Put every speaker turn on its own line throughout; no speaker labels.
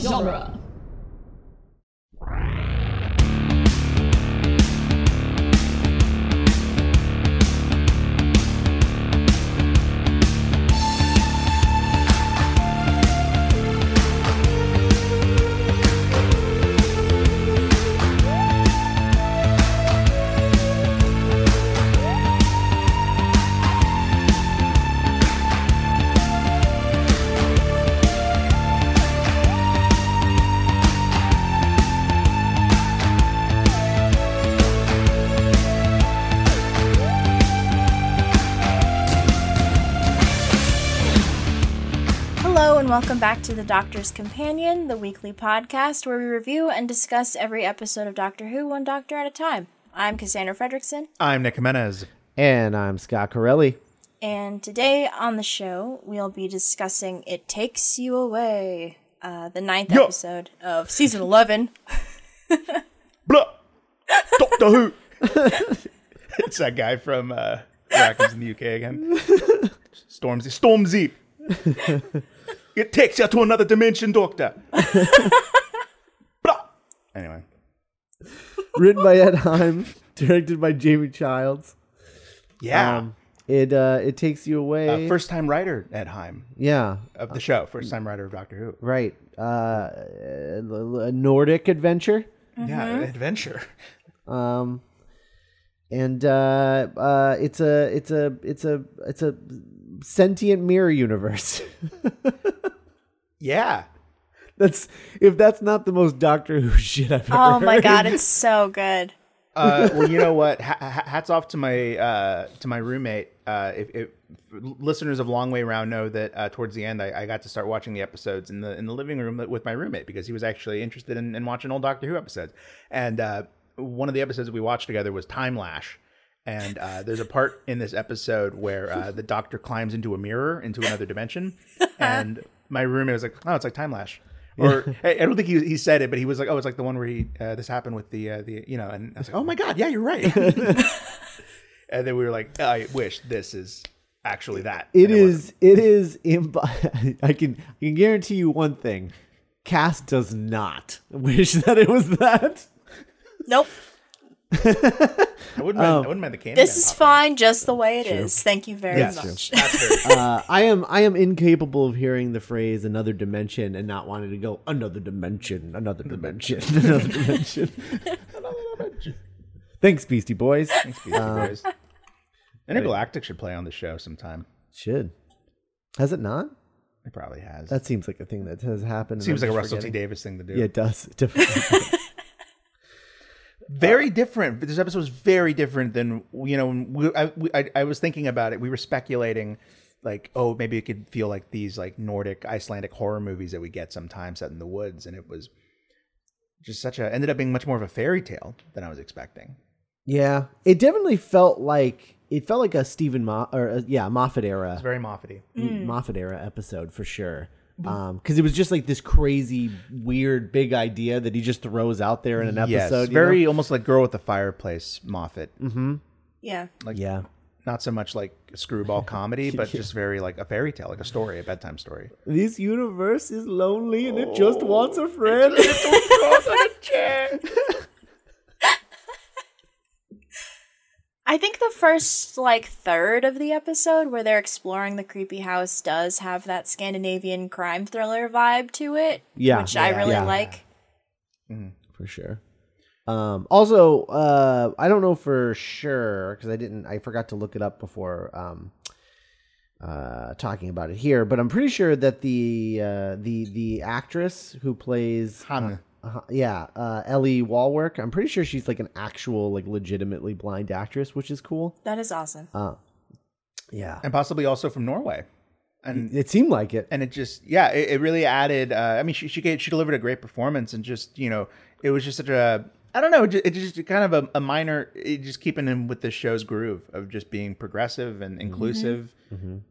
genre.
Hello, and welcome back to The Doctor's Companion, the weekly podcast where we review and discuss every episode of Doctor Who one doctor at a time. I'm Cassandra Fredrickson,
I'm Nick Jimenez.
And I'm Scott Corelli.
and today on the show, we'll be discussing It Takes You Away, uh, the ninth
Yeah.
episode of season 11.
Blah. Doctor Who. it's that guy from uh, Rackens in the UK again. Stormzy. Stormzy. it takes you to another dimension, Doctor. Blah. Anyway,
Written by Ed Heim, directed by Jamie Childs.
yeah.
Um, it uh, it takes you away.
Ah. uh, first time writer at Heim
yeah,
of the show. First time writer of Doctor Who.
right. Uh, a Nordic adventure.
Yeah, an adventure.
um, and uh, uh, it's a it's a it's a it's a sentient mirror universe.
Yeah.
that's if that's not the most Doctor Who shit I've ever.
Oh my
heard.
god, it's so good.
uh, well, you know what? Ha- ha- hats off to my uh, to my roommate. Uh, if, if listeners of Long Way Round know that uh, towards the end, I, I got to start watching the episodes in the in the living room with my roommate because he was actually interested in, in watching old Doctor Who episodes. And uh, one of the episodes that we watched together was Time Lash. And uh, there's a part in this episode where uh, the Doctor climbs into a mirror into another dimension, and my roommate was like, "Oh, it's like Time Lash." or I I don't think he, he said it, but he was like, "Oh, it's like the one where he uh, this happened with the uh, the you know," and I was like, "Oh my god, yeah, you're right." and then we were like, "I wish this is actually that."
It
And wasn't.
is. It is. Imp- I can. I can guarantee you one thing. Cast does not wish that it was that.
Nope,
I wouldn't
um,
mind. I wouldn't mind the candy.
this is fine just the way it is. Thank you very
That's
much.
Uh, I am. I am incapable of hearing the phrase "another dimension" and not wanting to go another dimension, another dimension, another dimension. Thanks, Beastie Boys. Uh,
Intergalactic should play on the show sometime.
Should has it not?
It probably has. That
That seems like a thing that has happened. and
seems
I'm
like a
just
Russell T
forgetting.
Davis thing to do.
Yeah, it does. It definitely-
very different. This episode was very different than you know. when We, I, we, I, I was thinking about it. We were speculating, like, oh, maybe it could feel like these like Nordic, Icelandic horror movies that we get sometimes set in the woods, and it was just such a ended up being much more of a fairy tale than I was expecting.
yeah, it definitely felt like it felt like a Stephen Mo- or a, yeah Moffat era.
It's very Mm. Moffat-y.
Moffat era episode for sure. Um, because it was just like this crazy, weird, big idea that he just throws out there in an
yes,
episode. you
very
know? Mm-hmm.
almost like Girl with the Fireplace Moffat.
Yeah.
yeah,
Not so much like a screwball comedy, but just very like a fairy tale, like a story, a bedtime story.
this universe is lonely and it just wants a friend.
I think the first like third of the episode where they're exploring the creepy house does have that Scandinavian crime thriller vibe to it,
yeah,
which I really
yeah,
like.
for sure. Um, also, uh, I don't know for sure because I didn't, I forgot to look it up before um, uh, talking about it here. But I'm pretty sure that the uh, the the actress who plays
Hannah.
Uh, yeah, uh, Ellie Walwork. I'm pretty sure she's like an actual, like, legitimately blind actress, which is cool.
That is awesome.
Yeah,
and possibly also from Norway. And
it seemed like it.
and it just yeah it, it really added uh, i mean she she, gave, she delivered a great performance and just you know it was just such a i don't know it just, it just kind of a, a minor it just keeping him with this show's groove of just being progressive and inclusive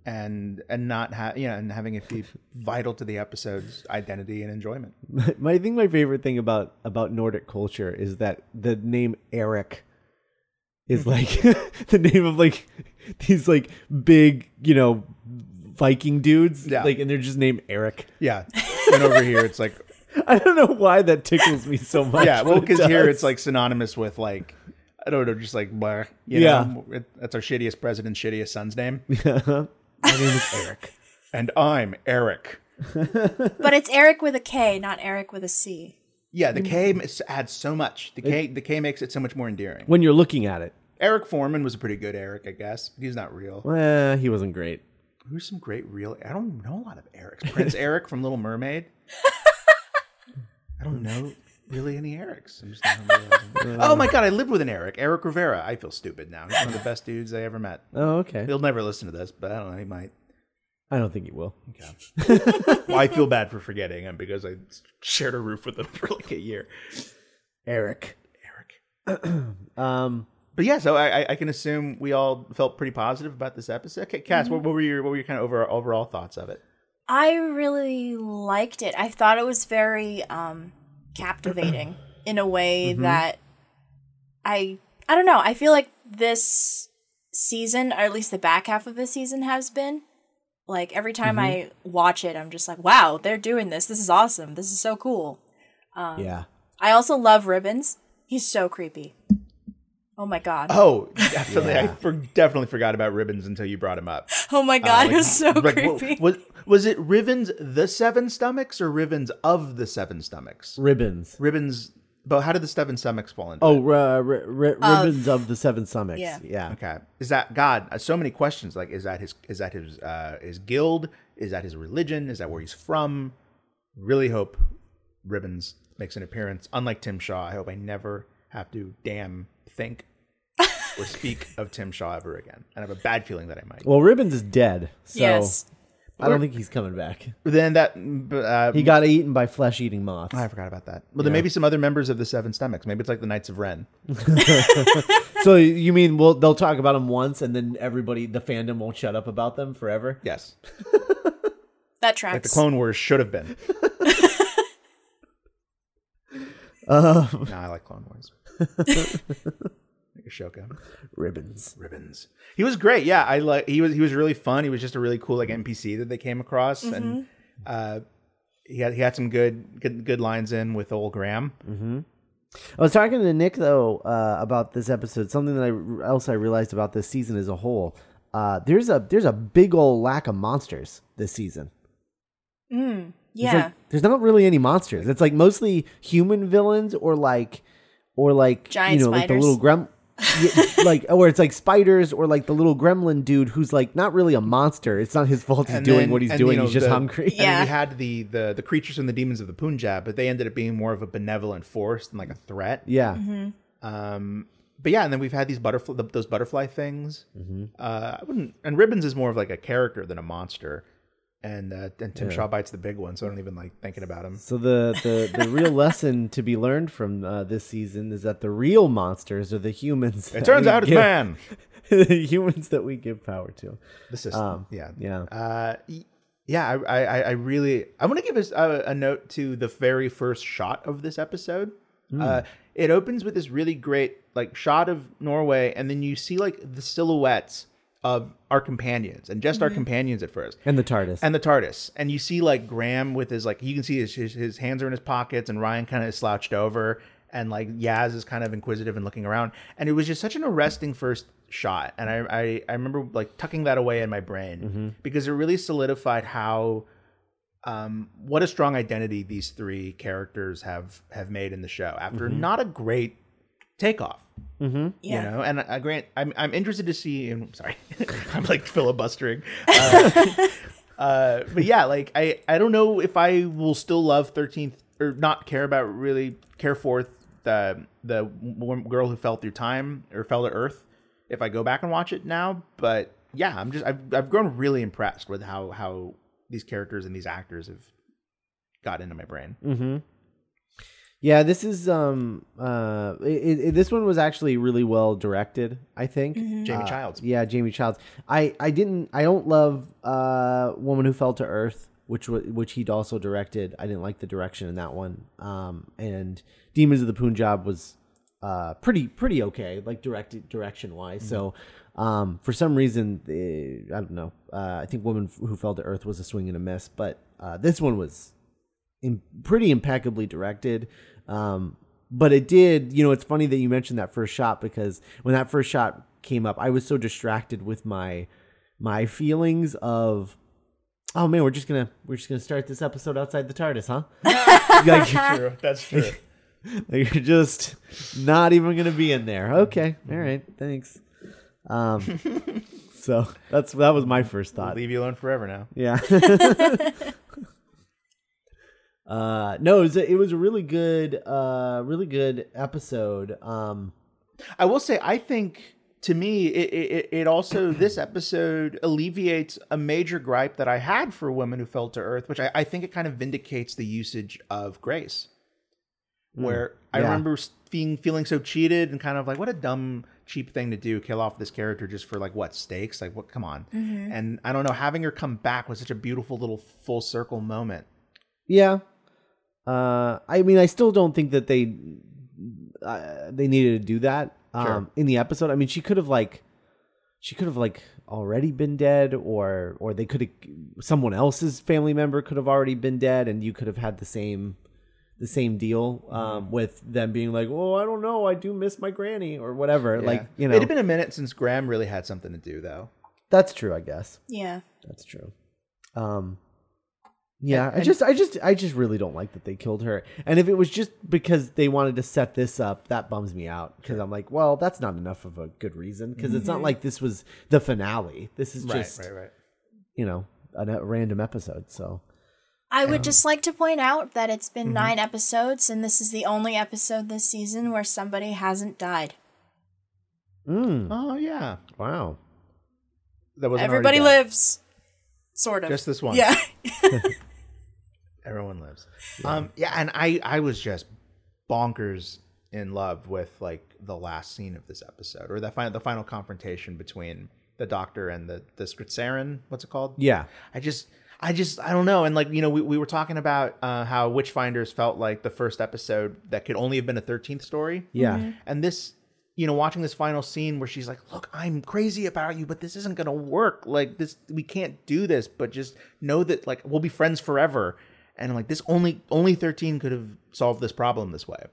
and and not ha- you know and having it be vital to the episode's identity and enjoyment
My, I think my favorite thing about about Nordic culture is that the name Eric
Mm-hmm.
is like the name of like these like big, you know, Viking dudes.
Yeah.
Like, and they're just named Eric.
yeah and over here it's like
I don't know why that tickles me so much.
yeah, well,
but it
because here
does.
it's like synonymous with like I don't know, just like blah. You
Yeah.
know? It- that's our shittiest president's shittiest son's name,
my name is Eric.
and I'm Eric.
But it's Eric with a K, not Eric with a C.
Yeah, the K m- adds so much. The K, the K makes it so much more endearing.
When you're looking at it,
Eric Foreman was a pretty good Eric, I guess. He's not real.
well, he wasn't great.
Who's some great real? I don't know a lot of Erics. Prince Eric from Little Mermaid. I don't know really any Erics. I'm just not really- oh my god, I lived with an Eric, Eric Rivera. I feel stupid now. He's one of the best dudes I ever met.
Oh, okay.
He'll never listen to this, but I don't know. He might.
I don't think he will.
Well, I feel bad for forgetting him because I shared a roof with him for like a year.
Eric.
Eric.
Um,
But yeah, so I, I- I can assume we all felt pretty positive about this episode. Okay, Cass, what, what were your what were your kind of over, overall thoughts of it?
I really liked it. I thought it was very um captivating in a way
Mm-hmm.
that I I don't know. I feel like this season, or at least the back half of the season has been like every time
Mm-hmm.
I watch it, I'm just like, "Wow, they're doing this. This is awesome. This is so cool."
Uh,
yeah.
I also love Ribbons. He's so creepy. Oh my god. Oh,
Oh, definitely. I for, definitely forgot about ribbons until you brought him up.
Oh my god, it was so
Uh, Like, wha-
creepy.
was was it ribbons the seven stomachs or ribbons of the seven stomachs?
Ribbons.
Ribbons. But how did the seven stomachs fall into? it?
Oh, r- r- r- ribbons of the seven summits.
Yeah.
yeah.
Okay. Is that God? uh, So many questions. Like, is that his? Is that his? Uh, his guild? Is that his religion? Is that where he's from? Really hope Ribbons makes an appearance. Unlike Tim Shaw, I hope I never have to damn think or speak of Tim Shaw ever again. And I have a bad feeling that I might.
Well, Ribbons is dead, so
yes.
I don't think he's coming back.
then that. Uh,
He got eaten by flesh-eating moths.
I forgot about that. Well, there may be some other members of the Seven Stomachs. Maybe it's like the Knights of Ren.
So you mean we'll they'll talk about him once, and then everybody, the fandom, won't shut up about them forever?
Yes.
That
Like the
tracks.
Clone Wars should have been.
Um,
no, I like Clone Wars. Ashoka.
ribbons.
ribbons. He was great. Yeah, I like he was he was really fun. He was just a really cool like NPC that they came across,
Mm-hmm.
and uh, he had he had some good good good lines in with old Graham.
I was talking to Nick though uh, about this episode. Something that I else I realized about this season as a whole. Uh, there's a there's a big old lack of monsters this season.
Mm,
It's
yeah.
like, there's not really any monsters. It's like mostly human villains or like or like
Giant
you know like the
spiders.
little grem Yeah, like or it's like spiders or like the little gremlin dude who's like not really a monster. It's not his fault he's
And
doing
then-
what he's
and,
doing.
you know,
he's just
the-
hungry.
And then
Yeah.
we had the the the creatures from the demons of the Punjab, but they ended up being more of a benevolent force than like a threat.
Yeah.
Mm-hmm.
Um, but yeah, and then we've had these butterfly the, those butterfly things. Uh, I wouldn't. And Ribbons is more of like a character than a monster. And uh, and Tim Shaw bites the big one, so I don't even like thinking about him.
So the, the, the real lesson to be learned from uh, this season is that the real monsters are the humans.
It turns out it's man.
the humans that we give power to.
the system. yeah,
yeah.
uh, y- yeah. I, I, I- I really, I want to give us a, a note to the very first shot of this episode. Uh, it opens with this really great like shot of Norway, and then you see like the silhouettes of our companions, and just our companions at first.
And the TARDIS.
And the TARDIS, and you see like Graham with his like you can see his his, his hands are in his pockets, and Ryan kind of slouched over, and like Yaz is kind of inquisitive and looking around, and it was just such an arresting first shot, and I I, I remember like tucking that away in my brain because it really solidified how um what a strong identity these three characters have have made in the show after not a great takeoff
yeah.
you know and i grant i'm, I'm interested to see and sorry i'm like filibustering Uh, uh, but yeah like i i don't know if i will still love 13th or not care about really care for the the w- girl who fell through time or fell to earth if i go back and watch it now but yeah i'm just i've, I've grown really impressed with how how these characters and these actors have got into my brain
Mm-hmm. Yeah, this is um uh i i this one was actually really well directed. I think.
jamie
Uh,
childs
Yeah, Jamie Childs. I I didn't. I don't love uh Woman Who Fell to Earth, which wa- which he'd also directed. I didn't like the direction in that one. Um, and Demons of the Punjab was uh pretty pretty okay, like directed direction wise. So. Um, for some reason, eh, I don't know. Uh, I think Woman Who Fell to Earth was a swing and a miss, but uh, this one was Im- pretty impeccably directed. Um, but it did, you know, it's funny that you mentioned that first shot because when that first shot came up, I was so distracted with my my feelings of oh man, we're just gonna we're just gonna start this episode outside the TARDIS, huh? like,
true. That's true.
like, you're just not even gonna be in there. Okay, all right, thanks. Um, so that's that was my first thought.
Leave you alone forever now.
Yeah. uh no, it was a, it was a really good uh really good episode. Um
I will say, I think to me, it, it, it also this episode alleviates a major gripe that I had for Women Who Fell to Earth, which I, I think it kind of vindicates the usage of grace. Where I
yeah.
remember s- being feeling so cheated and kind of like, what a dumb, cheap thing to do, kill off this character just for like what stakes? Like what? Come on. And I don't know, having her come back was such a beautiful little full circle moment.
yeah. Uh I mean I still don't think that they uh, they needed to do that um
Sure.
in the episode. I mean she could have like she could have like already been dead or or they could have someone else's family member could have already been dead and you could have had the same the same deal
Mm-hmm.
um, with them being like, "Oh, I don't know, I do miss my granny" or whatever. Like, you know,
it'd been a minute since Graham really had something to do though.
that's true, I guess.
Yeah.
That's true. Um yeah, I just I just I just really don't like that they killed her. And if it was just because they wanted to set this up, that bums me out because I'm like, well, that's not enough of a good reason because it's not like this was the finale. This is just,
right.
you know, a, a random episode. So,
I
Um,
would just like to point out that it's
mm-hmm.
been nine episodes, and this is the only episode this season where somebody hasn't died.
mm,
Oh yeah,
wow.
that was
Everybody lives. Sort of.
Just this one.
Yeah.
Everyone lives. Um, yeah, and I I was just bonkers in love with like the last scene of this episode or the final the final confrontation between the doctor and the the Skritsarin, what's it called?
Yeah.
I just I just I don't know. And like, you know, we, we were talking about uh, how Witchfinders felt like the first episode that could only have been a thirteenth story.
Yeah.
And this, you know, watching this final scene where she's like, "Look, I'm crazy about you, but this isn't gonna work. Like this, we can't do this. But just know that, like, we'll be friends forever." And like this, only only thirteen could have solved this problem this way.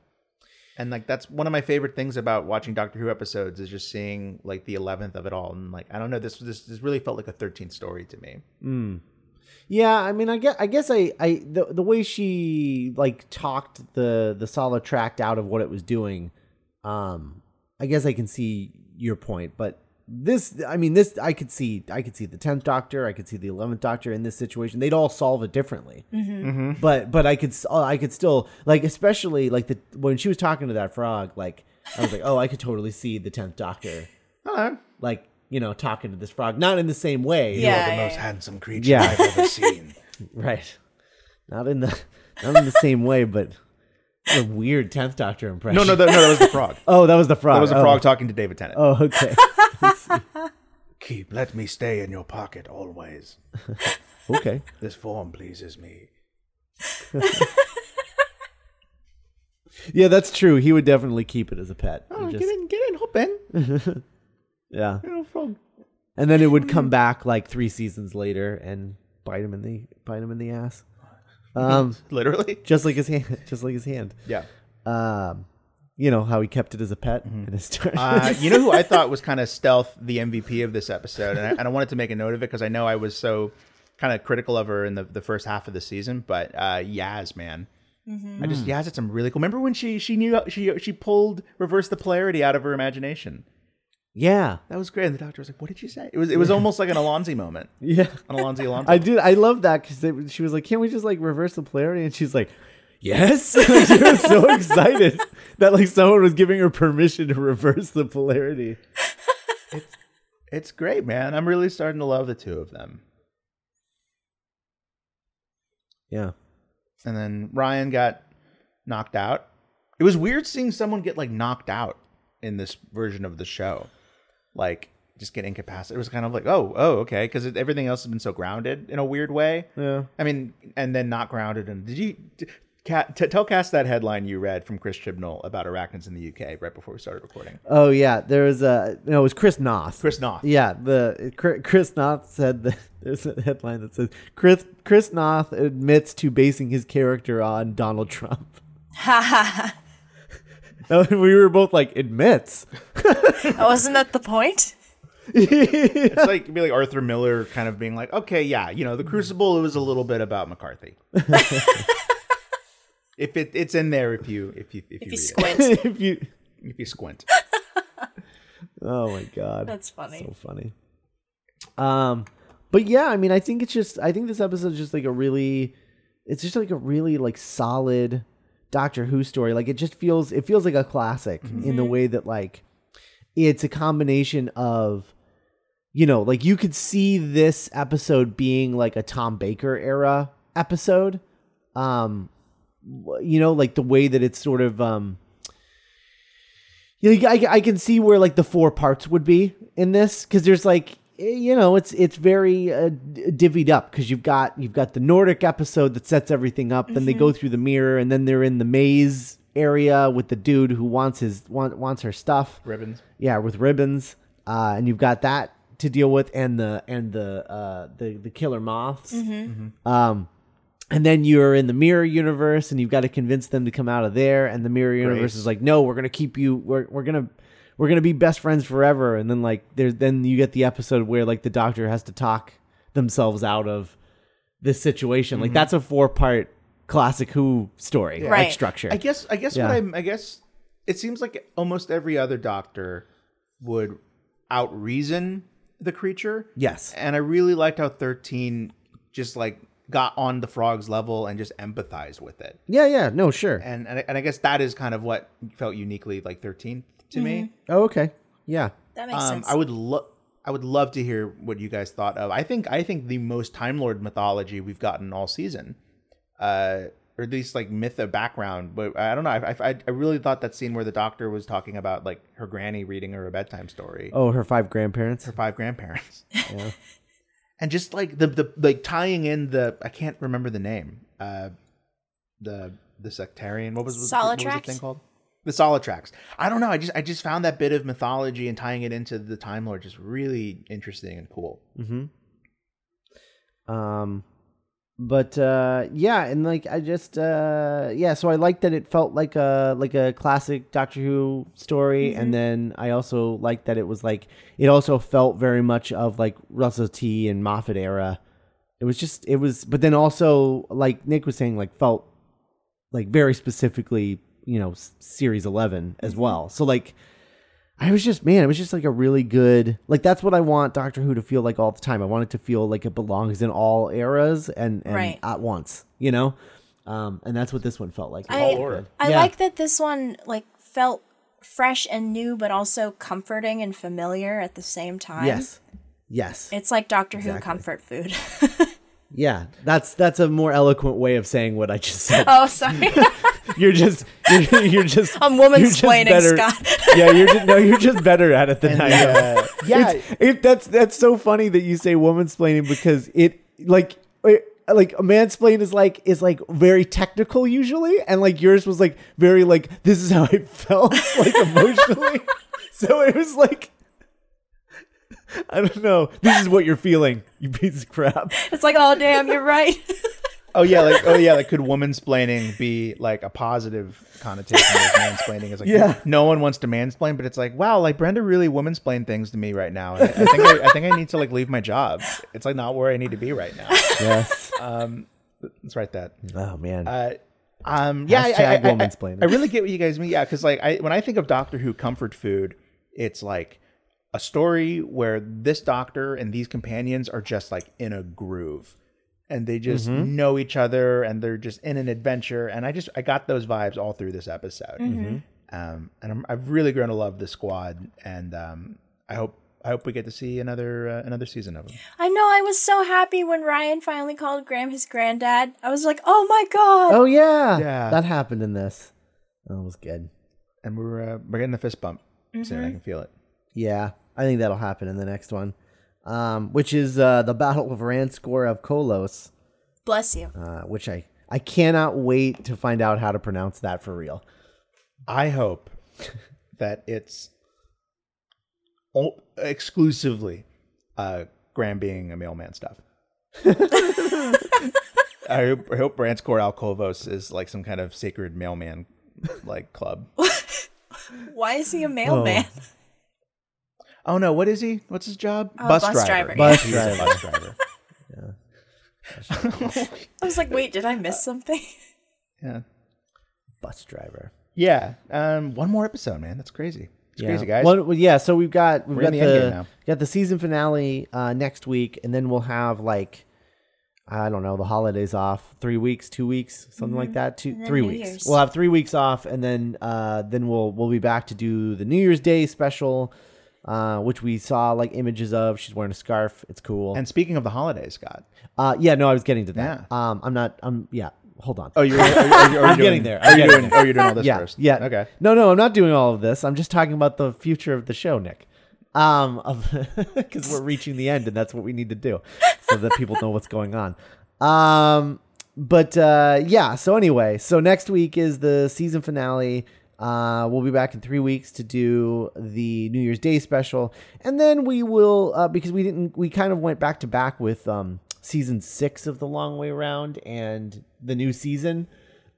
And like that's one of my favorite things about watching Doctor Who episodes is just seeing like the eleventh of it all. And like I don't know, this this, this really felt like a thirteenth story to me.
Yeah, I mean, I guess I guess I, I the, the way she like talked the the solid tract out of what it was doing, um, I guess I can see your point, but this, I mean, this I could see I could see the tenth Doctor, I could see the eleventh Doctor in this situation. They'd all solve it differently, but but I could s- uh, I could still like especially like the when she was talking to that frog, like I was like, oh, I could totally see the tenth Doctor,
Hello.
like you know, talking to this frog, not in the same way,
Yeah, yeah, yeah.
handsome creature
Yeah.
ever seen.
Right. Not in the not in the same way, but a weird tenth Doctor impression.
no, no, that, no, that was the frog.
oh, that was the frog.
That was the
oh.
frog talking to David Tennant.
Oh, okay.
Keep, let me stay in your pocket always.
Okay.
This form pleases me.
Yeah, that's true. He would definitely keep it as a pet. He just-
in, Oh, get in, hop in.
yeah.
Little frog.
And then it would come back like three seasons later and bite him in the bite him in the ass. Um
Literally.
just like his hand just like his hand.
Yeah.
Um you know how he kept it as a pet in his turn.
Uh, you know who I thought was kind of stealth the MVP of this episode, and I, and I wanted to make a note of it because I know I was so kind of critical of her in the, the first half of the season. But uh, Yaz, man, I just Yaz had some really cool. Remember when she she knew she she pulled reverse the polarity out of her imagination?
yeah.
That was great. And the doctor was like, "What did you say?" It was it was almost like an Alonzi moment.
Yeah.
An Alonzi Alonzi.
I did. I love that because she was like, "Can't we just like reverse the polarity?" And she's like, "Yes." Like, she was so excited that like someone was giving her permission to reverse the polarity.
It's great, man. I'm really starting to love the two of them.
Yeah.
And then Ryan got knocked out. It was weird seeing someone get like knocked out in this version of the show. Like just get incapacitated. It was kind of like, oh, oh, okay, because everything else has been so grounded in a weird way.
Yeah.
I mean, and then not grounded. And did you? d- Cat, t- tell Cass that headline you read from Chris Chibnall about arachnids in the UK right before we started recording.
Oh yeah, there was a no. It was Chris Noth.
Chris Noth.
Yeah, the Chr- Chris Noth said that there's a headline that says Chris Chris Noth admits to basing his character on Donald Trump. And we were both like admits.
Wasn't that the point?
It's like it'd be like Arthur Miller kind of being like, okay, yeah, you know,
Mm-hmm.
the Crucible was a little bit about McCarthy. if it, it's in there, if you if you if,
If you
you, read
squint.
if you,
it, if you squint,
oh my god,
That's funny.
so funny. Um, but yeah, I mean, I think it's just I think this episode is just like a really, it's just like a really like solid Doctor Who story. Like it just feels it feels like a classic in the way that like it's a combination of you know like you could see this episode being like a Tom Baker era episode. Um, w- you know, like the way that it's sort of um. You know, I, I can see where like the four parts would be in this because there's like eh, you know it's it's very uh, d- divvied up because you've got you've got the Nordic episode that sets everything up. Then they go through the mirror and then they're in the maze area with the dude who wants his want, wants her stuff.
ribbons.
Yeah, with ribbons, uh, and you've got that to deal with, and the and the uh, the the killer moths. Um, and then you're in the mirror universe, and you've got to convince them to come out of there. And the mirror universe is like, no, we're gonna keep you. We're we're gonna we're gonna be best friends forever. And then like there's then you get the episode where like the doctor has to talk themselves out of this situation. Like that's a four part classic Who story like,
Right.
structure.
I guess I guess
Yeah.
what I'm I guess it seems like almost every other doctor would outreason the creature.
yes.
And I really liked how 13 just like got on the frog's level and just empathized with it.
Yeah. Yeah. No. Sure.
And and I, and I guess that is kind of what felt uniquely like 13 to me.
Oh, okay. Yeah.
That makes
Um
sense.
I would love I would love to hear what you guys thought of. I think I think the most Time Lord mythology we've gotten all season. Uh or at least like myth of background, but I don't know. I, I I really thought that scene where the doctor was talking about like her granny reading her a bedtime story
Oh, her five grandparents.
her five grandparents. and just like the the like tying in the I can't remember the name. Uh the the sectarian what was, what was- what was the
Solitrax?
thing called? The Solitrax. I don't know. I just I just found that bit of mythology and tying it into the Time Lord just really interesting and cool.
Um, but uh, yeah, and like I just uh, yeah, so I liked that it felt like a like a classic Doctor Who story, and then I also liked that it was like it also felt very much of like Russell T and Moffat era. It was just it was, but then also like Nick was saying, like felt like very specifically, you know, s- series eleven as
Mm-hmm.
well. So like I was just man, it was just like a really good like that's what I want Doctor Who to feel like all the time. I want it to feel like it belongs in all eras and, and
Right.
at once, you know? Um and that's what this one felt like.
I-
All order.
I
Yeah.
like that this one like felt fresh and new, but also comforting and familiar at the same time.
yes. Yes.
It's like Doctor Who comfort food.
Yeah. That's that's a more eloquent way of saying what I just said.
oh, sorry.
You're just you're, you're just
I'm
you're just
woman-splaining,
better-
Scott.
yeah, you're just, no, you're just better at it than I am.
Uh, yeah.
It's- it, that's that's so funny that you say womansplaining because it like it, like a mansplain is like is like very technical usually, and like yours was like very like this is how I felt like emotionally. so it was like I don't know. This is what you're feeling, you piece of crap.
it's like, oh damn, you're right.
oh yeah, like oh yeah, like could womansplaining be like a positive connotation of mansplaining? It's like
Yeah.
no one wants to mansplain, but it's like wow, like Brenda really womansplained things to me right now. And I, I think I, I think I need to like leave my job. It's like not where I need to be right now.
Yes.
Let's write that.
Oh man.
Uh, um, yeah, I- I-
Hashtag
I, I, I,
womansplaining.
really get what you guys mean. Yeah, because like I, when I think of Doctor Who comfort food, it's like a story where this doctor and these companions are just like in a groove, and they just know each other, and they're just in an adventure. And I just I got those vibes all through this episode, um, and I'm, I've really grown to love the squad, and um, I hope. I hope we get to see another uh, another season of them.
I know. I was so happy when Ryan finally called Graham his granddad. I was like, oh my god.
oh yeah.
Yeah.
That happened in this. That was good.
And we're uh, we're getting the fist bump soon. I can feel it.
Yeah, I think that'll happen in the next one, um, which is uh, the Battle of Ranskor of Kolos,
Bless you.
uh, which I I cannot wait to find out how to pronounce that for real.
I hope that it's o- exclusively uh, Graham being a mailman stuff. I hope, I hope Brands Core Alcovos is like some kind of sacred mailman like club.
Why is he a mailman?
Oh no, what is he? What's his job?
Oh, bus driver,
Bus
He's a
driver.
bus driver.
I was like, wait, did I miss something?
Yeah.
Bus driver.
Yeah. Um, one more episode, man. That's crazy. It's crazy, guys.
Well, well, yeah, so we've got we've
We're
got
in
the,
the end game now.
got the season finale uh, next week, and then we'll have like I don't know the holidays off, three weeks, two weeks, something like that,
Mm-hmm.
two
And then
three
New
weeks.
Year's.
We'll have three weeks off, and then uh, then we'll we'll be back to do the New Year's Day special, uh, which we saw like images of. She's wearing a scarf. It's cool.
and speaking of the holidays, Scott.
uh, yeah, no, I was getting to that. Um, I'm not. I'm yeah. Hold on.
Oh, you're. Are, you- are, you- are you
I'm
doing-
getting there.
Are
I'm
you
getting
doing? Oh, you're doing all this
yeah,
first.
Yeah.
Okay.
No, no, I'm not doing all of this. I'm just talking about the future of the show, Nick. Um, because we're reaching the end, and that's what we need to do, so that people know what's going on. Um, but uh, yeah. So anyway, so next week is the season finale. Uh, we'll be back in three weeks to do the New Year's Day special, and then we will uh, because we didn't we kind of went back to back with um season six of the Long Way Round and the new season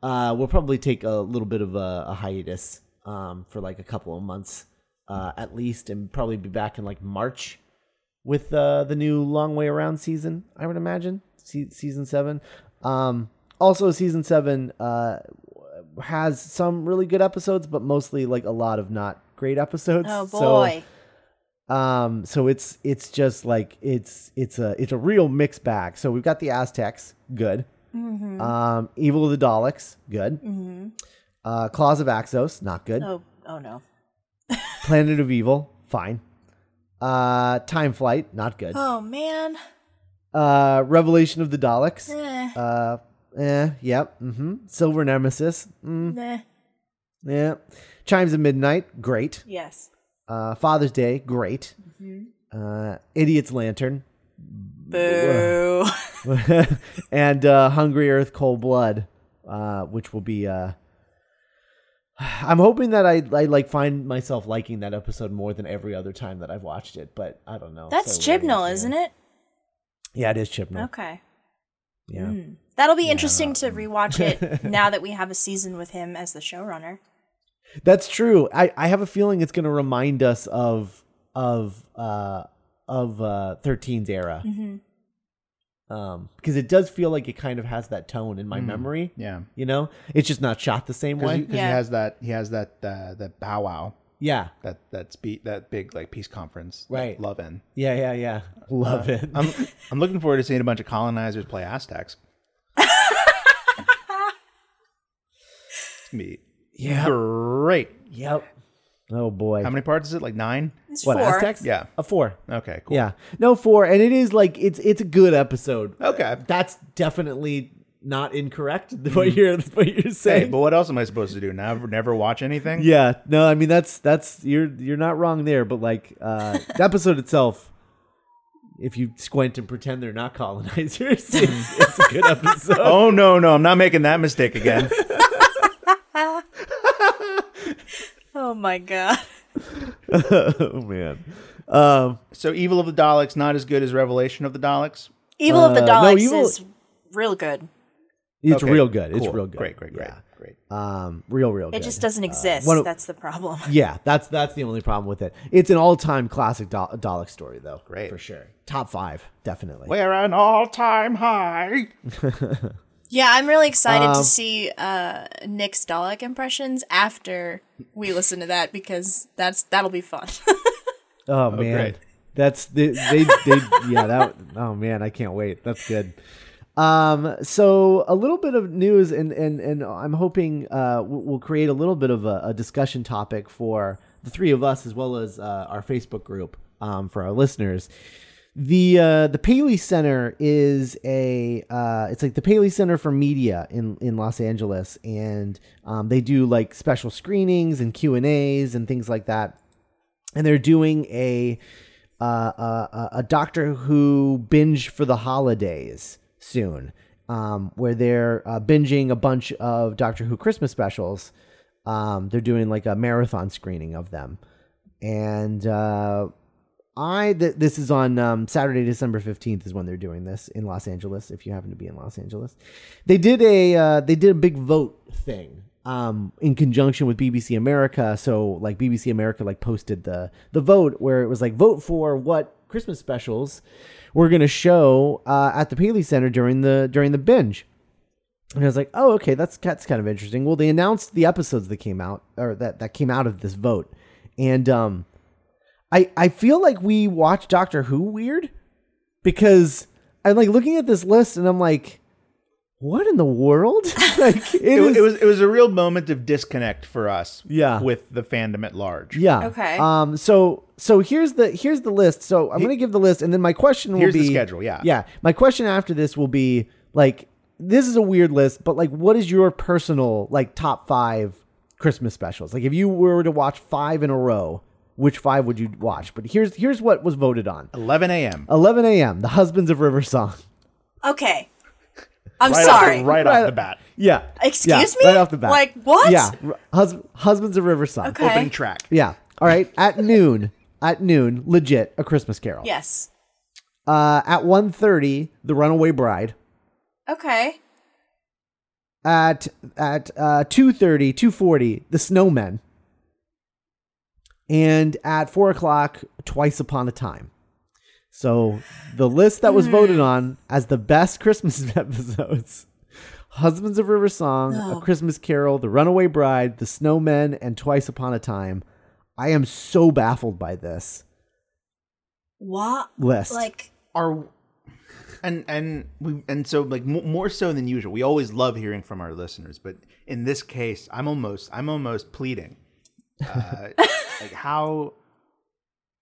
uh, we'll probably take a little bit of a, a hiatus um, for like a couple of months uh, at least, and probably be back in like March with uh, the new Long Way Around season. I would imagine Se- season seven. Um, also, season seven uh, has some really good episodes, but mostly like a lot of not great episodes.
Oh
So-
boy.
um, so it's it's just like it's it's a it's a real mixed bag. So we've got the Aztecs, good.
Mm-hmm.
Um, Evil of the Daleks, good. Uh, Claws of Axos, not good.
oh, oh no.
Planet of Evil, fine. Uh, Time Flight, not good.
Oh man.
Uh, Revelation of the Daleks,
Oh. Eh,
uh, eh, yep. hmm Silver Nemesis, mm,
meh.
yeah. Chimes of Midnight, great.
Yes.
Uh, Father's Day, great.
Mm-hmm.
Uh, Idiot's Lantern,
Boo.
and uh, Hungry Earth Cold Blood, uh, which will be. Uh, I'm hoping that I, I like find myself liking that episode more than every other time that I've watched it, but I don't know.
That's Chibnall, isn't it?
Yeah, it is Chibnall.
Okay. Hmm.
Yeah.
That'll be interesting to rewatch it now that we have a season with him as the showrunner.
That's true. I, I have a feeling it's going to remind us of of uh of uh 13's era.
Mm-hmm.
Um because it does feel like it kind of has that tone in my memory.
Hmm. Yeah.
You know? It's just not shot the same
Because
way.
he, 'cause he
Yeah.
has that. He has that. Uh, that bow wow.
yeah.
That that's beat that big like peace conference. that
Right.
Love in.
Yeah, yeah, yeah. Love it.
I'm I'm looking forward to seeing a bunch of colonizers play Aztecs. it's gonna be
Yeah.
great.
Yep. Oh boy.
How many parts is it? Like nine?
It's
what
four.
Aztecs?
Yeah.
a four.
Okay. Cool.
Yeah, no four, and it is like it's it's a good episode.
Okay.
That's definitely not incorrect. What you're what you're
Hey,
saying.
but what else am I supposed to do? Never, never watch anything.
yeah, no, I mean that's that's you're you're not wrong there, but like uh, the episode itself, if you squint and pretend they're not colonizers, it's, it's a good episode.
Oh no, no, I'm not making that mistake again.
Oh my god.
Uh, oh man. Um,
so, Evil of the Daleks not as good as Revelation of the Daleks.
Evil of the
Uh, no,
Daleks
Evil-
is real good.
it's
Okay,
real good. It's
cool.
real good.
Great, great, great,
Yeah.
great.
Um, real, real.
It
good.
just doesn't exist.
one of-
That's the problem.
Yeah, that's that's the only problem with it. It's an all-time classic Dal- Dalek story, though.
Great.
for sure. Top five, definitely.
We're an all-time high.
Yeah, I'm really excited
Um,
to see uh, Nick's Dalek impressions after we listen to that because that's that'll be fun.
Oh, man,
great.
that's they, they, they yeah that. Oh man, I can't wait. That's good. Um, so a little bit of news, and and and I'm hoping uh w- we'll create a little bit of a, a discussion topic for the three of us as well as uh, our Facebook group um for our listeners. the uh, the Paley Center is a uh, it's like the Paley Center for Media in in Los Angeles, and um, they do like special screenings and Q and A's and things like that. And they're doing a uh, a, a Doctor Who binge for the holidays soon. um, where they're uh, binging a bunch of Doctor Who Christmas specials. Um, they're doing like a marathon screening of them, and uh, I th- this is on um, Saturday, December fifteenth is when they're doing this in Los Angeles. If you happen to be in Los Angeles, they did a uh, they did a big vote thing um, in conjunction with BBC America. So like BBC America like posted the the vote where it was like vote for what Christmas specials we're gonna show uh, at the Paley Center during the during the binge. And I was like, oh, okay, that's that's kind of interesting. Well, they announced the episodes that came out or that that came out of this vote, and um, I I feel like we watch Doctor Who weird because I'm like looking at this list and I'm like, what in the world? like it,
It,
is-
was, it was it was a real moment of disconnect for us.
Yeah.
with the fandom at large.
yeah
Okay.
Um. So so here's the here's the list. So I'm gonna give the list and then my question will
Here's
be
the schedule. Yeah.
yeah my question after this will be like this is a weird list but like what is your personal like top five christmas specials like if you were to watch five in a row which five would you watch but here's here's what was voted on
11 a.m.
11 a.m the husbands of river song
Okay. I'm
Right off the-
sorry.
right off the bat.
yeah
Excuse
Yeah,
me?
right off the bat
Like, what?
yeah R- Hus- husbands of river song
Okay.
Opening track.
yeah all right at noon at noon legit a christmas carol
Yes.
uh at 1.30 the runaway bride
Okay.
at at uh 2.30 2.40 the snowmen and at 4 o'clock twice upon a time so the list that was
Hmm.
voted on as the best christmas episodes husbands of river song
Oh.
a christmas carol the runaway bride the snowmen and twice upon a time i am so baffled by this
What?
list
Like,
Are and and we and so like mo more so than usual. We always love hearing from our listeners, but in this case, I'm almost I'm almost pleading. Uh, like how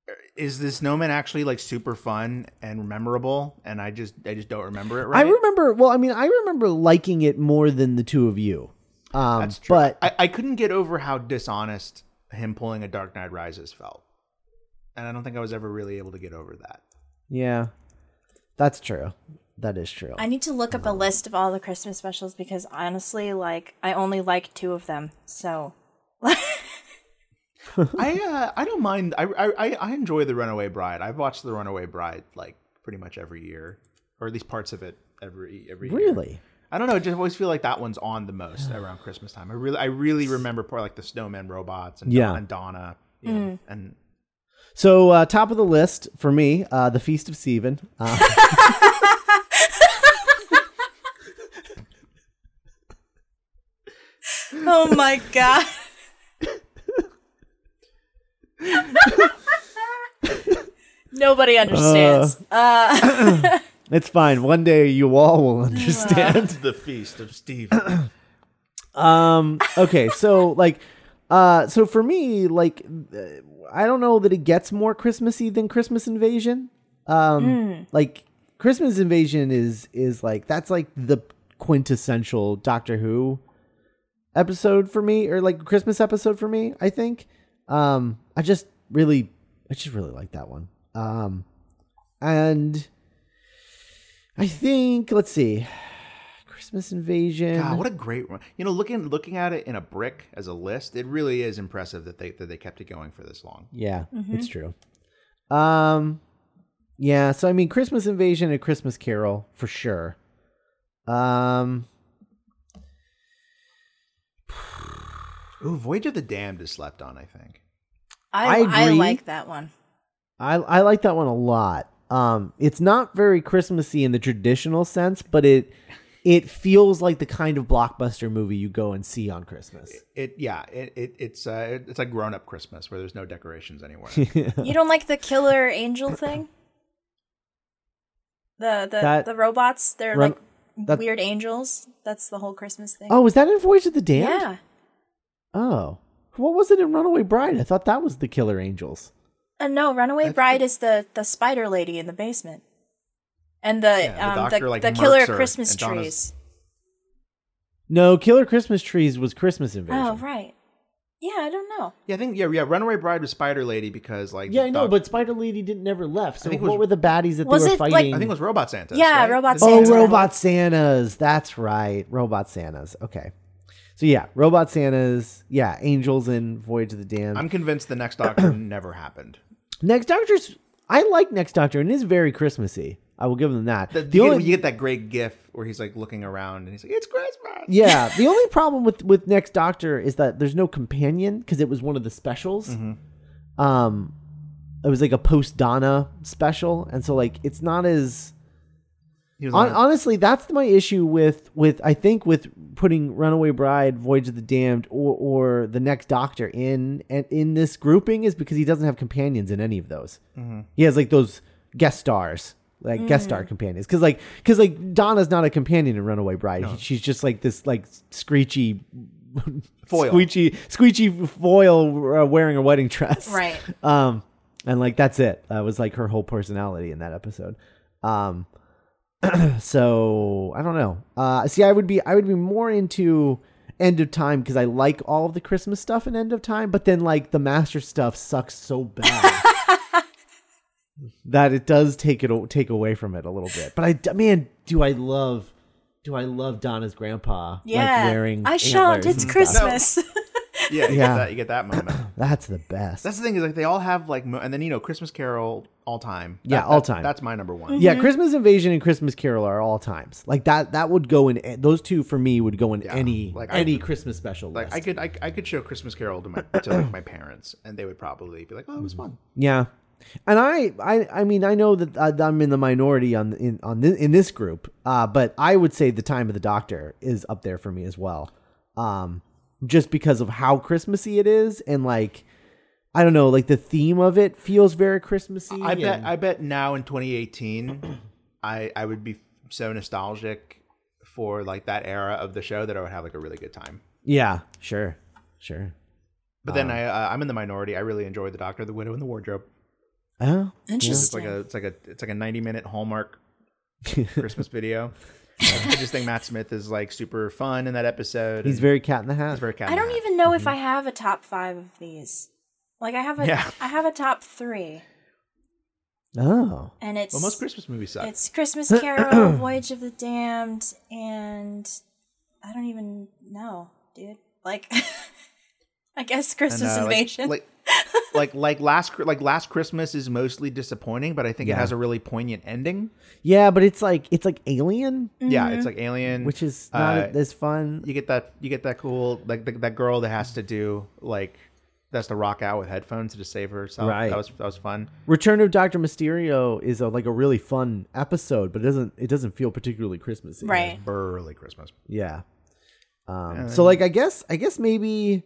uh, is this snowman actually like super fun and memorable? And I just I just don't remember it right.
i remember well i mean i remember liking it more than the two of you um
That's true.
but
I, I couldn't get over how dishonest him pulling a Dark Knight Rises felt, and I don't think I was ever really able to get over that.
Yeah, that's true. That is true.
I need to look up a list of all the Christmas specials because honestly, like, I only like two of them. So,
Hmm.
I uh, I don't mind. I, I I- I enjoy the Runaway Bride. I've watched the Runaway Bride like pretty much every year, or at least parts of it every every year.
really?
I don't know. I just always feel like that one's on the most around Christmas time. I really I really remember part like the snowman robots and
Yeah.
Don- and Donna you know, and
So uh, top of the list for me, uh, the Feast of Stephen. Uh,
oh my god. Nobody understands. Uh,
it's fine. One day you all will understand.
the feast of Stephen.
um. Okay. So like, uh. So for me, like, uh, I don't know that it gets more Christmassy than Christmas Invasion. Um. Like Christmas Invasion is is like that's like the quintessential Doctor Who episode for me or like christmas episode for me i think um i just really i just really like that one um and i think let's see christmas invasion
God, what a great one! You know, looking looking at it in a brick as a list, it really is impressive that they that they kept it going for this long.
yeah it's
Mm-hmm.
true um yeah so i mean christmas invasion and christmas carol for sure um
Ooh, Voyage of the Damned is slept on. I think.
I,
I
I,
agree.
like that one.
I I like that one a lot. Um, it's not very Christmassy in the traditional sense, but it it feels like the kind of blockbuster movie you go and see on Christmas.
It yeah, it, it it's uh, it- it's like grown up Christmas where there's no decorations anywhere.
You don't like the killer angel thing? The the,
That-
the robots, they're
Rem-
like
that-
weird angels. That's the whole Christmas thing.
oh, was that in Voyage of the Damned?
yeah.
Oh, what was it in Runaway Bride? I thought that was the Killer Angels.
Uh, no, Runaway
That's
Bride is the the spider lady in the basement, and the
Yeah, the
um the,
doctor, like,
the killer
murks her,
Christmas
and Donna's-
trees.
No, Killer Christmas Trees was Christmas Invasion.
Oh right, Yeah, I don't know.
Yeah, I think yeah, yeah. Runaway Bride was Spider Lady because like
Yeah,
the
I know,
dog-
but Spider Lady didn't never left. So
think
what
it was-
were the baddies that
Was
they were
it, like-
fighting?
I think it was Robot Santa.
Yeah,
right?
Robot
Didn't-
Oh,
Santa.
Robot Santas. That's right. Robot Santas. Okay. So yeah, Robot Santas. Yeah, Angels and Voyage of the Damned.
I'm convinced the next Doctor never happened.
Next Doctor's. I like Next Doctor and it is very Christmassy. I will give them that.
The,
The
you,
only-
get, you get that great GIF where he's like looking around and he's like, "It's Christmas."
yeah, the only problem with with Next Doctor is that there's no companion because it was one of the specials.
Mm-hmm.
Um, it was like a post Donna special, and so like it's not as
He was
Hon-
on-
honestly, that's my issue with with I think with putting Runaway Bride, Voyage of the Damned, or or the next Doctor in and in this grouping is because he doesn't have companions in any of those.
Mm-hmm.
He has like those guest stars, like guest star companions, because like because like Donna's not a companion in Runaway Bride. She's just like this like screechy.
Foil.
squeegee, squeegee foil uh, wearing a wedding dress,
Right.
Um, and like that's it. That was like her whole personality in that episode. Um, so I don't know. Uh, see, I would be I would be more into End of Time because I like all of the Christmas stuff in End of Time, but then like the Master stuff sucks so bad that it does take it o- take away from it a little bit. But I d- man, do I love do I love Donna's grandpa
Yeah.
like wearing
I shan't.
antlers
It's
and stuff.
Christmas.
yeah, you
Yeah.
get that. You get that moment.
That's the best.
That's the thing is like they all have like, mo- and then you know, Christmas Carol all time.
Yeah,
That-
all
that's-
time.
That's my number one.
Yeah, Christmas Invasion and Christmas Carol are all times. Like that that would go in those two for me would go in any
like, I-
any Christmas special
Like
list.
I could, I, I could show Christmas Carol to my to like my parents, and they would probably be like, "Oh, it
Mm-hmm.
was fun."
yeah. And I, I, I mean, I know that I- I'm in the minority on in on this, in this group, uh, but I would say the Time of the Doctor is up there for me as well, um, just because of how Christmassy it is, and like, I don't know, like the theme of it feels very Christmassy.
I bet,
and-
I bet now in 2018, I I would be so nostalgic for like that era of the show that I would have like a really good time.
yeah, sure, sure.
But then
Uh-huh.
I uh, I'm in the minority. I really enjoy the Doctor, the Widow, and the Wardrobe.
Oh,
It's
Interesting.
like a it's like a it's like a 90 minute Hallmark Christmas video. I just think Matt Smith is like super fun in that episode.
he's
and
very Cat in the Hat.
he's very cat.
I
in the
don't
hat.
even know if
Mm-hmm.
I have a top five of these. Like I have a I
Yeah.
have a top three,
oh,
and it's
Well, most Christmas movies suck.
it's Christmas Carol, Voyage of the Damned, and I don't even know, dude. Like, I guess
And,
Christmas
uh, like-
Invasion.
Like, like like last Cr- like last Christmas is mostly disappointing, but I think
Yeah.
it has a really poignant ending.
yeah, but it's like it's like Alien.
Yeah, it's like Alien,
Mm-hmm. which is not
Mm. Uh,
as fun.
you get that you get that cool like the, that girl that has to do like that's to rock out with headphones to save herself.
Right.
That was that was fun.
Return of Doctor Mysterio is a, like a really fun episode, but it doesn't it doesn't feel particularly Christmassy.
right.
Burly Christmas.
Yeah. Um, so like I guess I guess maybe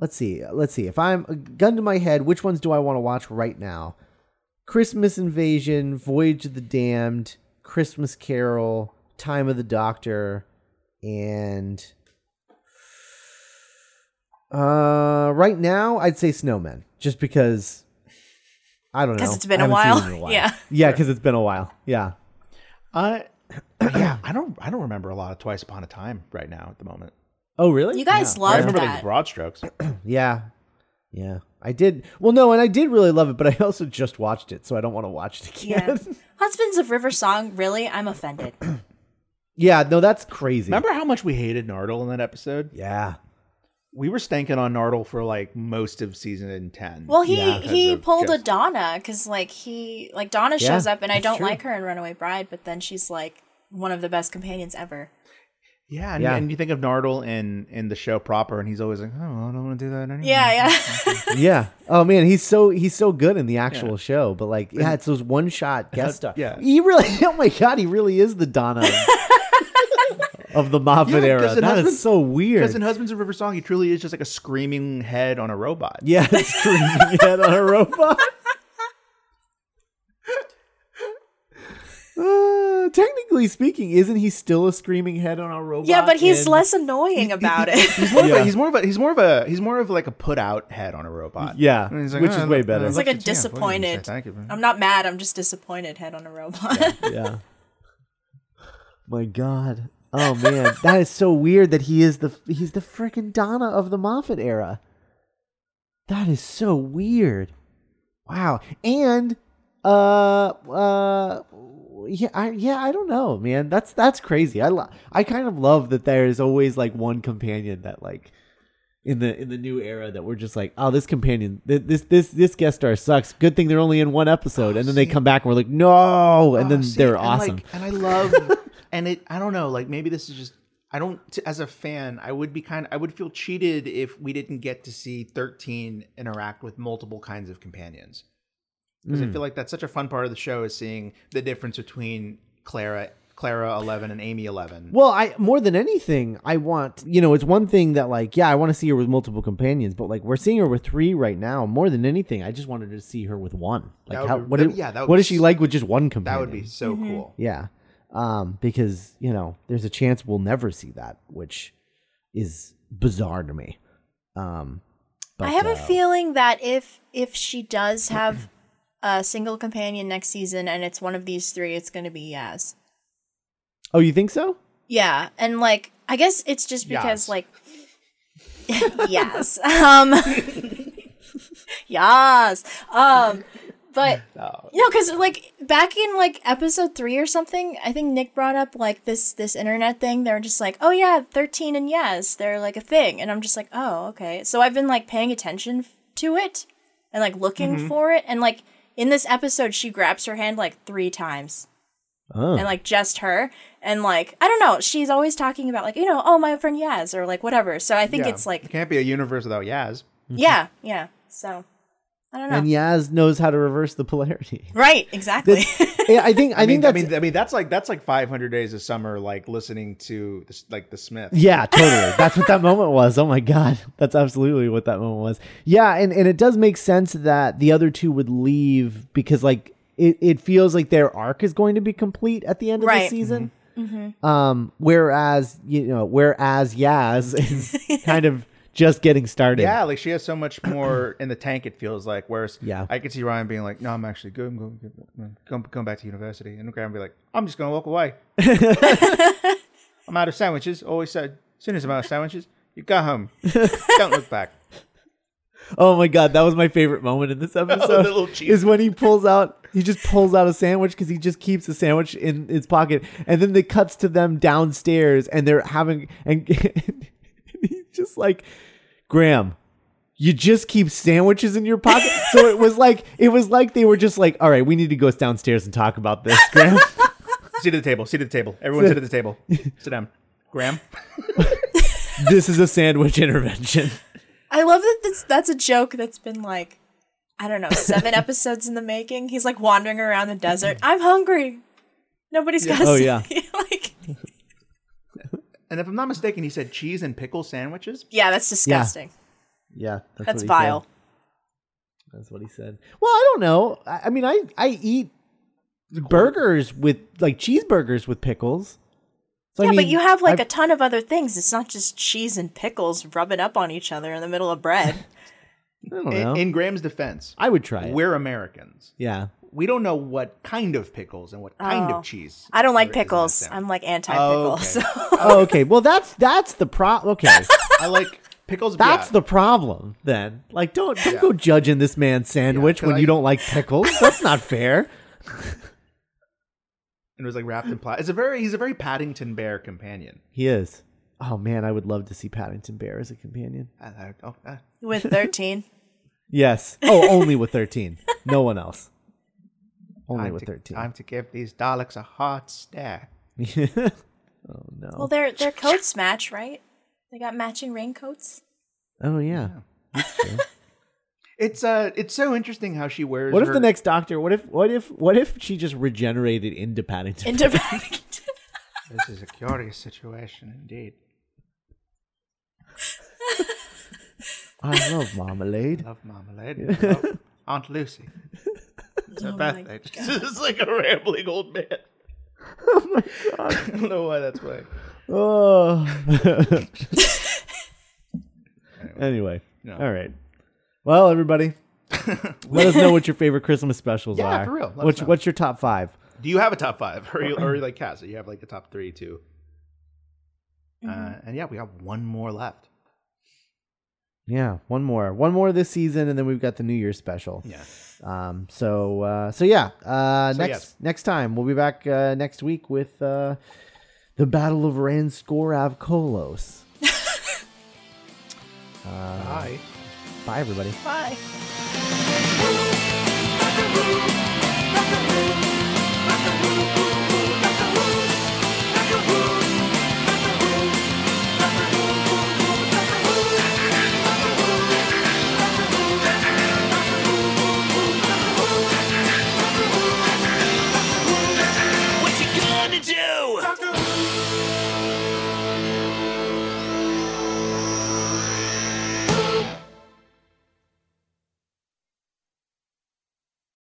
let's see let's see if I'm a gun to my head, which ones do I want to watch right now? Christmas Invasion, Voyage of the Damned, Christmas Carol, Time of the Doctor, and uh, right now I'd say Snowmen, just because I don't know
'Cause it's been
I
a
haven't seen
while.
it
Yeah.
yeah, because it's been a while. Yeah,
Uh, yeah, I don't I don't remember a lot of Twice Upon a Time right now at the moment.
Oh, really?
You guys
yeah.
I
love
remember like
that.
broad strokes.
Yeah. Yeah. I did. Well, no, and I did really love it, but I also just watched it, so I don't want to watch it
yeah.
again.
Husbands of River Song. Really, I'm offended.
Yeah, no, that's crazy.
Remember how much we hated Nardole in that episode?
Yeah.
We were stanking on Nardole for like most of season ten.
Well, he
Yeah,
he
because of
pulled a
just-
Donna because like he like Donna
Yeah,
shows up and I
that's
don't
true.
like her in Runaway Bride, but then she's like one of the best companions ever.
yeah, and,
Yeah.
and you think of Nardole in in the show proper, and he's always like, "Oh, I don't want to do that anymore."
Yeah, yeah.
Yeah. Oh man, he's so he's so good in the actual show, but like yeah, it's those one shot guest star.
yeah.
He really oh my god, he really is the Donna of the Moffat
Yeah, 'cause
era.
in
That is
Husband-
so weird.
Because in Husbands of River Song, he truly is just like a screaming head on a robot.
yeah, it's true. He had on a robot. Uh, technically speaking, isn't he still a screaming head on a robot?
Yeah, but he's
in-
less annoying about it.
He's more, of
Yeah.
a, he's more of a he's more of a he's more of like a put out head on a robot.
Yeah,
And he's
which
"Oh,
is
I
way
love-
better.
I
It's
It's
love
like a
the chance. What do you say?
disappointed.
Thank you, man."
I'm not mad. I'm just disappointed. Head on a robot.
yeah. My God. Oh man, that is so weird that he is the he's the freaking Donna of the Moffat era. That is so weird. Wow. And uh uh yeah, I yeah, I don't know, man. That's that's crazy. I lo- I kind of love that there is always like one companion that like in the in the new era that we're just like, oh, this companion, th- this this this guest star sucks. Good thing they're only in one episode, and then they come back and we're like, no, and then
Oh, see,
they're
and,
awesome.
like, and I love, and it. I don't know. Like maybe this is just. I don't. t- As a fan, I would be kind. I would feel cheated if we didn't get to see thirteen interact with multiple kinds of companions. Because
Hmm.
I feel like that's such a fun part of the show is seeing the difference between Clara, Clara eleven, and Amy eleven.
Well, I more than anything, I want you know, it's one thing that like, yeah, I want to see her with multiple companions, but like we're seeing her with three right now. More than anything, I just wanted to see her with one. Like,
That would
how,
be-
what?
that-
is-
yeah, that would
what
be
is she
s-
like with just one companion?
That would be so
Mm-hmm.
cool.
yeah, um, because you know, there's a chance we'll never see that, which is bizarre to me. Um, but,
I have
uh,
a feeling that if if she does have a single companion next season and it's one of these three, it's going to be Yaz.
Oh, you think so?
Yeah, and like I guess it's just because
Yaz.
like yes, um, yes, um, but
Oh.
you know, because like back in like episode three or something, I think Nick brought up like this this internet thing. They were just like, oh yeah, thirteen and yes, they're like a thing, and I'm just like, oh okay. So I've been like paying attention f- to it and like looking for it, and like in this episode, she grabs her hand like three times
Oh,
and like just her and like i don't know she's always talking about like you know oh my friend yaz or like whatever so i think
Yeah.
it's like
it can't be a universe without Yaz.
yeah yeah so i don't know
and Yaz knows how to reverse the polarity.
right exactly
Yeah, I think I,
I, mean,
think
I
that's
mean, I mean, that's like that's like 500 days of summer, like listening to this, like the Smiths.
Yeah, totally. That's what that moment was. Oh my god, that's absolutely what that moment was. Yeah, and and it does make sense that the other two would leave because like it, it feels like their arc is going to be complete at the end of
Right.
the season. Um, whereas you know, whereas Yaz is kind of just getting started.
Yeah, like she has so much more in the tank. It feels like. Whereas,
Yeah.
I could see Ryan being like, "No, I'm actually good. I'm going, good, I'm going, going back to university." And Graham would be like, "I'm just going to walk away. I'm out of sandwiches." Always said, "As soon as I'm out of sandwiches, you go home. Don't look back."
Oh my god, that was my favorite moment in this episode.
little cheese.
is when he pulls out, he just pulls out a sandwich because he just keeps the sandwich in his pocket, and then it cuts to them downstairs, and they're having, and he's just like, Graham, you just keep sandwiches in your pocket. so it was like, it was like they were just like, all right, we need to go downstairs and talk about this, Graham.
Sit at the table. Sit at the table. Everyone sit at the table. Sit down. Graham.
this is a sandwich intervention.
i love that that's, that's a joke that's been like i don't know seven episodes in the making he's like wandering around the desert i'm hungry nobody's got
Oh,
to
yeah.
like
And if I'm not mistaken, he said cheese and pickle sandwiches.
yeah that's disgusting
Yeah,
that's vile
That's what he said. Well, I don't know. I, I mean, I I eat burgers with like cheeseburgers with pickles. So,
yeah,
I mean,
but you have like
I-
a ton of other things. It's not just cheese and pickles rubbing up on each other in the middle of bread.
I don't know.
In, in Graham's defense,
I would try it.
we're Americans.
yeah.
We don't know what kind of pickles and what kind
Oh.
of cheese.
I don't like
there is in that
pickles.
sandwich.
I'm like anti
Oh,
pickle.
okay.
So
Oh, okay. Well, that's that's the pro. Okay,
I like pickles.
that's
yeah.
the problem. Then, like, don't don't go judging this man's sandwich
'cause
when
I-
you don't like pickles. That's not fair.
and it was like wrapped in plastic. It's a very he's a very Paddington Bear companion.
He is. Oh man, I would love to see Paddington Bear as a companion.
I- I- oh, ah.
with 13.
Yes. Oh, only with thirteen. No one else. Only
Time
with
to-
thirteen.
Time to give these Daleks a hard stare.
oh no.
Well, their their coats match, right? They got matching raincoats.
oh yeah.
It's uh, it's so interesting how she wears.
What if
her-
the next doctor? What if? What if? What if she just regenerated into Paddington?
Into Paddington.
This is a curious situation indeed.
I love marmalade.
Love marmalade. Love Aunt Lucy. It's her
Oh my
birthday. It's like a rambling old man. I don't know why that's why.
Oh. anyway,
No.
all right. Well, everybody, let us know what your favorite Christmas specials
Yeah,
are.
for real. Let
What's
us know.
What's your top five?
Do you have a top five, or you, or you like Cass? You have like a top three too. Uh, and yeah, we have one more left.
Yeah, one more, one more this season, and then we've got the New Year's special.
Yeah.
Um. So. Uh, so yeah. Uh.
So,
next
yes.
next time we'll be back uh, next week with uh, the Battle of Ranskorav Kolos.
Bye.
Bye, everybody.
Bye.
Rock-a-roll, rock-a-roll, rock-a-roll.